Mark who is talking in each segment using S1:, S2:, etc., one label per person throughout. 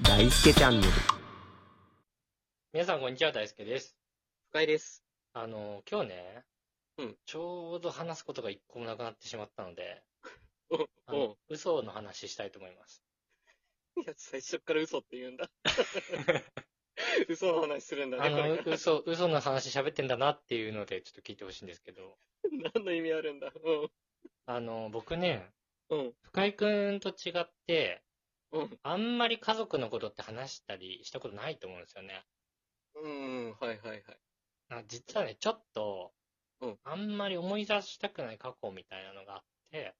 S1: 大輔チャンネル。
S2: 皆さん、こんにちは。大輔です。
S3: 深いです。
S2: あの、今日ね、
S3: うん
S2: ちょうど話すことが一個もなくなってしまったので、
S3: お
S2: あの
S3: お
S2: 嘘の話したいと思い ます。
S3: いや、最初から嘘って言 うんだ。嘘の話するんだ
S2: あ
S3: ね、これ
S2: の
S3: か、
S2: 嘘、嘘の話喋ってんだなっていうので、ちょっと聞いてほしいんですけど、
S3: ら。何の意味あるんだ。
S2: あの、僕ね、
S3: うん。うん。
S2: 深井くんと違って、
S3: うん。
S2: あんまり家族のことって話したりしたことないと思うんですよね。
S3: うん。はいはいはい。
S2: あ実はね、ちょっと、
S3: うん
S2: あんまり思い出したくない過去みたいなのがあって、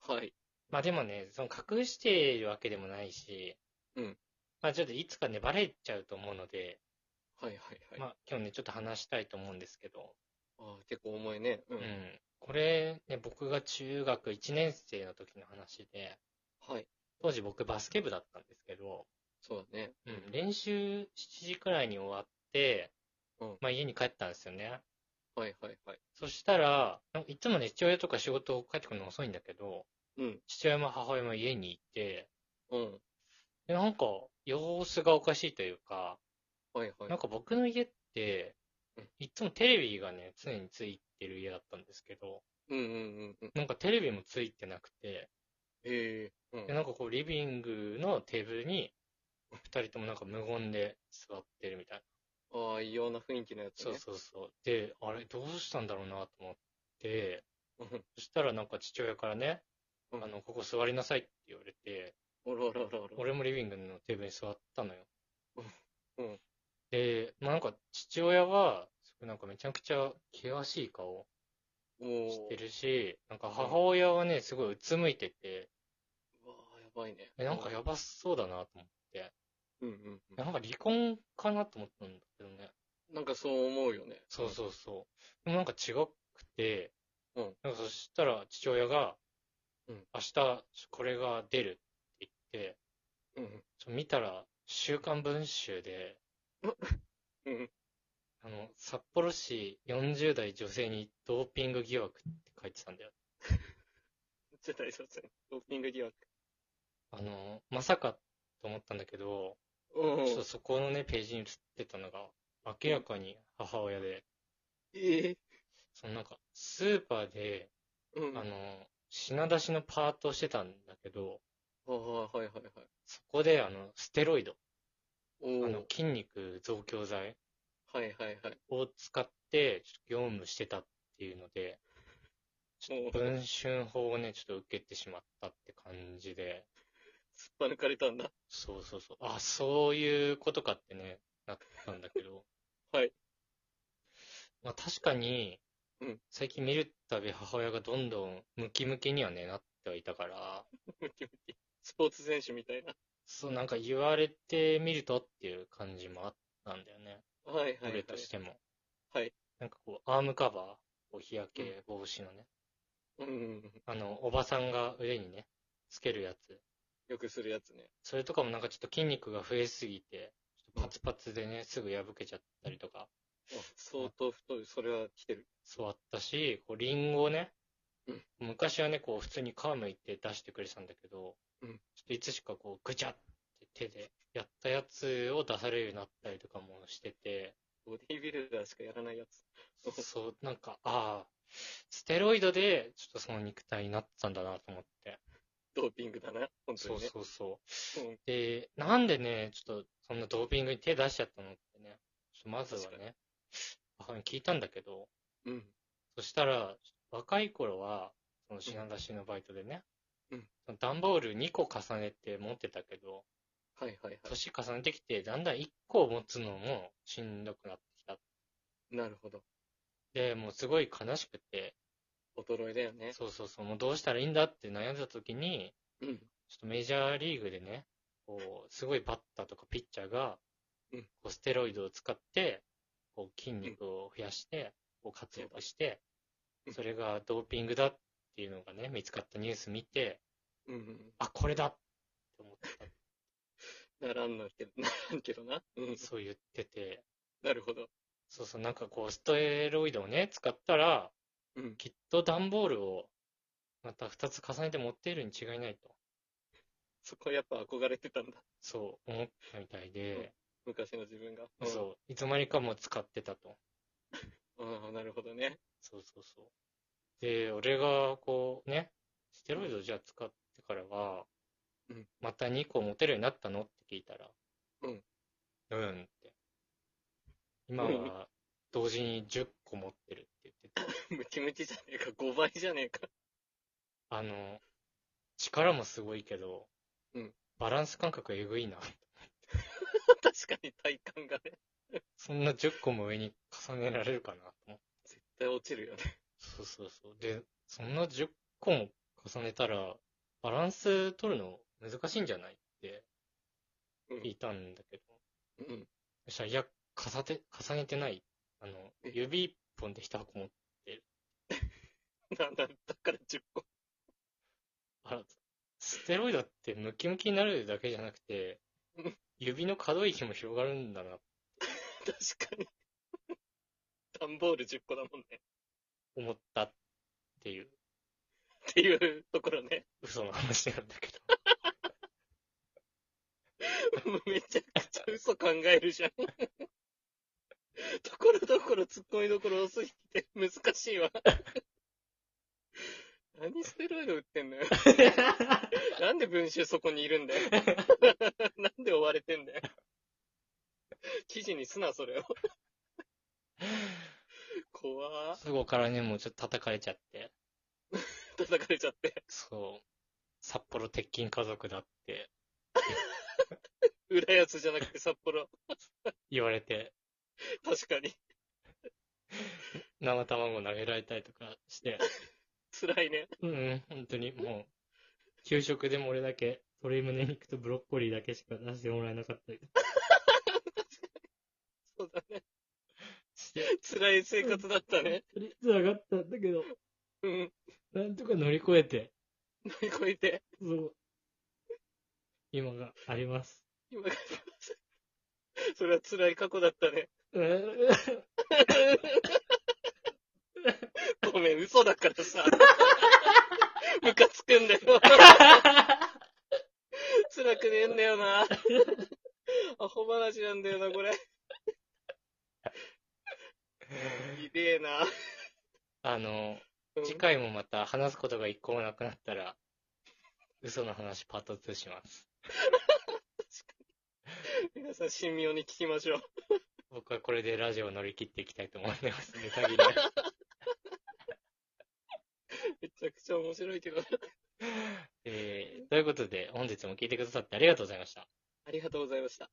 S3: はい。
S2: まあでもね、その隠しているわけでもないし、
S3: うん。
S2: まあちょっといつかね、バレちゃうと思うので、
S3: はいはい
S2: ま
S3: はい。
S2: あ今日ね、ちょっと話したいと思うんですけど、
S3: ああ、結構重いね。う。
S2: うんん。これね、僕が中学1年生の時の話で、
S3: はい。
S2: 当時僕バスケ部だったんですけど、
S3: そうだね。
S2: うん、練習7時くらいに終わって、
S3: うん
S2: まあ家に帰ったんですよね。
S3: はいはいはい。
S2: そしたら、なんかいつもね、父親とか仕事帰ってくるの遅いんだけど、
S3: うん。
S2: 父親も母親も家にいて、
S3: うん。
S2: でなんか様子がおかしいというか、
S3: はいはい。
S2: なんか僕の家って
S3: うん、
S2: いつもテレビがね、常についてる家だったんですけど、
S3: うんうんうんうん。
S2: なんかテレビもついてなくて、
S3: へえ。うん
S2: で。なんかこうリビングのテーブルに、二人ともなんか無言で座ってるみたいな。
S3: ああ、異様な雰囲気のやつ
S2: そう
S3: ね。
S2: そうそう。で、あれどうしたんだろうなと思って、
S3: うん。
S2: そしたらなんか父親からね、あ
S3: うん
S2: の、ここ座りなさいって言われて、
S3: おらおらおらおら。
S2: 俺もリビングのテーブルに座ったのよ。
S3: うん
S2: で、まあなんか父親は、なんかめちゃくちゃ険しい顔
S3: も
S2: して
S3: う。
S2: るし、なんか母親はね、すごいうつむいてて、
S3: うわあ、やばいね。
S2: えなんかやばそうだなと思って、
S3: うんうんう
S2: なんか離婚かなと思ったんだけどね。
S3: ん。なんかそう思うよね。
S2: そうそうそう。でもなんか違くて、
S3: うん
S2: なんかそしたら父親が、
S3: うん
S2: 明日これが出るって言って、
S3: うん。うん。
S2: ちょ見たら、週刊文集で、
S3: うん。
S2: あの、札幌市40代女性にドーピング疑惑って書いてたんだよ。
S3: 絶対そうですね。ドーピング疑惑。
S2: あの、まさかと思ったんだけど、
S3: うん
S2: ちょっとそこのね、ページに写ってたのが、明らかに母親で、
S3: ええ
S2: そのなんか、スーパーで、
S3: うん。
S2: あの、品出しのパートをしてたんだけど、
S3: ああ、はいはいはい。
S2: そこで、あの、ステロイド、
S3: お
S2: あ
S3: お。
S2: の、筋肉増強剤
S3: はいはいはい。
S2: を使って、ちょっと業務してたっていうので、ちょっと
S3: おう
S2: 文春法をね、ちょっと受けてしまったって感じで、
S3: 突っぱ抜かれたんだ。
S2: そうそうそう、あ、そういうことかってね、なったんだけど、
S3: はい。
S2: まあ確かに、
S3: うん
S2: 最近見るたび母親がどんどんムキムキにはね、なってはいたから、
S3: ムキムキ。スポーツ選手みたいな。
S2: そうなんか言われてみるとっていう感じもあったんだよね。
S3: はいはい、は
S2: 俺
S3: い。
S2: としても。
S3: はい。
S2: なんかこう、アームカバー、こう日焼け防止のね、
S3: うん。
S2: あの、おばさんが腕にね、つけるやつ。
S3: よくするやつね。
S2: それとかもなんかちょっと筋肉が増えすぎて、ちょっとパツパツでね、すぐ破けちゃったりとか、
S3: あ相当太い。それは来てる。
S2: そうあったし、こう、リンゴをね
S3: うん、
S2: 昔はね、こう、普通に皮むいて出してくれてたんだけど、
S3: うん
S2: ちょっといつしかこう、ぐちゃって手でやったやつを出されるようになったりとかもしてて、
S3: ボディービルダーしかやらないやつ。
S2: そう、なんか、ああ、ステロイドで、ちょっとその肉体になったんだなと思って。
S3: ドーピングだな。本当
S2: そ
S3: に
S2: う
S3: ね。
S2: そうそう。
S3: うん
S2: で、なんでね、ちょっと、そんなドーピングに手出しちゃったのってね、ちょっとまずは
S3: 確か
S2: ね、母に聞いたんだけど、
S3: うん。
S2: そしたら、若い頃は、その品出しのバイトでね、
S3: うん
S2: その段ボール2個重ねて持ってたけど、
S3: はいはいは
S2: 年重ねてきて、だんだん1個持つのもしんどくなってきた。
S3: い。なるほど。
S2: で、もうすごい悲しくて、
S3: 衰えだよね。
S2: そうそうそう、もうどうしたらいいんだって悩んでた時に、
S3: うん。
S2: ちょっとメジャーリーグでね、こう、すごいバッターとかピッチャーが
S3: うん、
S2: こうステロイドを使って、こう筋肉を増やして、こう活躍して
S3: う、ん
S2: それがドーピングだっていうのがね、見つかったニュース見て、
S3: うんうん。
S2: あ、これだって思った。
S3: ならんのけど、ならんけどな。うん。
S2: そう言ってて、
S3: なるほど。
S2: そうそう、なんかこう、ステロイドをね、使ったら、
S3: うん。
S2: きっと段ボールを、また2つ重ねて持っているに違いないと。
S3: そこやっぱ憧れてたんだ。
S2: そう思ったみたいで、
S3: 昔の自分が。
S2: そう、いつまにかもう使ってたと。
S3: うん。うん、なるほどね。
S2: そうそうそう。で、俺がこうね、ステロイドじゃあ使ってからは、
S3: うん
S2: また2個持てるようになったのって聞いたら、
S3: うん。
S2: うんって。今は同時に10個持ってるって言ってて、
S3: ムキムキじゃねえか、5倍じゃねえか。
S2: あの、力もすごいけど、
S3: うん
S2: バランス感覚えぐいな。
S3: 確かに体感がね、
S2: そんな10個も上に重ねられるかなと思って。
S3: 絶対落ちるよね。
S2: そうそうそう。で、そんな10個も重ねたら、バランス取るの難しいんじゃないって
S3: うん
S2: 聞いたんだけど。
S3: うん。
S2: そしたら、いや、重ね、重ねてない。あの、
S3: え
S2: 指一本で一箱も、
S3: なんだ、だから10個。
S2: あら、ステロイドってムキムキになるだけじゃなくて
S3: うん、
S2: 指の可動域も広がるんだな、
S3: 確かに。段ボール10個だもんね。
S2: 思ったっていう、
S3: っていうところね。
S2: 嘘の話なんだけど。
S3: めちゃくちゃ嘘考えるじゃん。と ころどころ突っ込みどころ遅すぎて難しいわ。 何ステロイド売ってんのよ。 なんで文集そこにいるんだよ。 なんで追われてんだよ。記事にすな、それを。 怖ー。
S2: そこからね、もうちょっと叩かれちゃって、
S3: 叩かれちゃって。
S2: そう、札幌鉄筋家族だって
S3: 浦安じゃなくて札幌。
S2: 言われて、
S3: 確かに。
S2: 生卵投げられたりとかして、
S3: 辛いね。
S2: うんうん、本当にもう、給食でも俺だけ、鶏胸肉とブロッコリーだけしか出してもらえなかったり
S3: そうだね。
S2: して、
S3: 辛い生活だったね。
S2: それ辛かったんだけど、
S3: うん。
S2: なんとか乗り越えて、
S3: 乗り越えて。
S2: そう、今があります。
S3: 今からそれは辛い過去だったね。
S2: う
S3: ごめん、嘘だから さ。ムカつくんだよ。辛くねえんだよな。アホ話なんだよな、これ。ひでえな。
S2: あの、
S3: うん
S2: 次回もまた話すことが一個もなくなったら、嘘の話パート2します。
S3: 皆さん、神妙に聞きましょう。
S2: 僕はこれでラジオを乗り切っていきたいと思い ます。ネタ切れ。
S3: めちゃくちゃ面白いけど。
S2: えー、ということで、本日も聞いてくださってありがとうございました。
S3: ありがとうございました。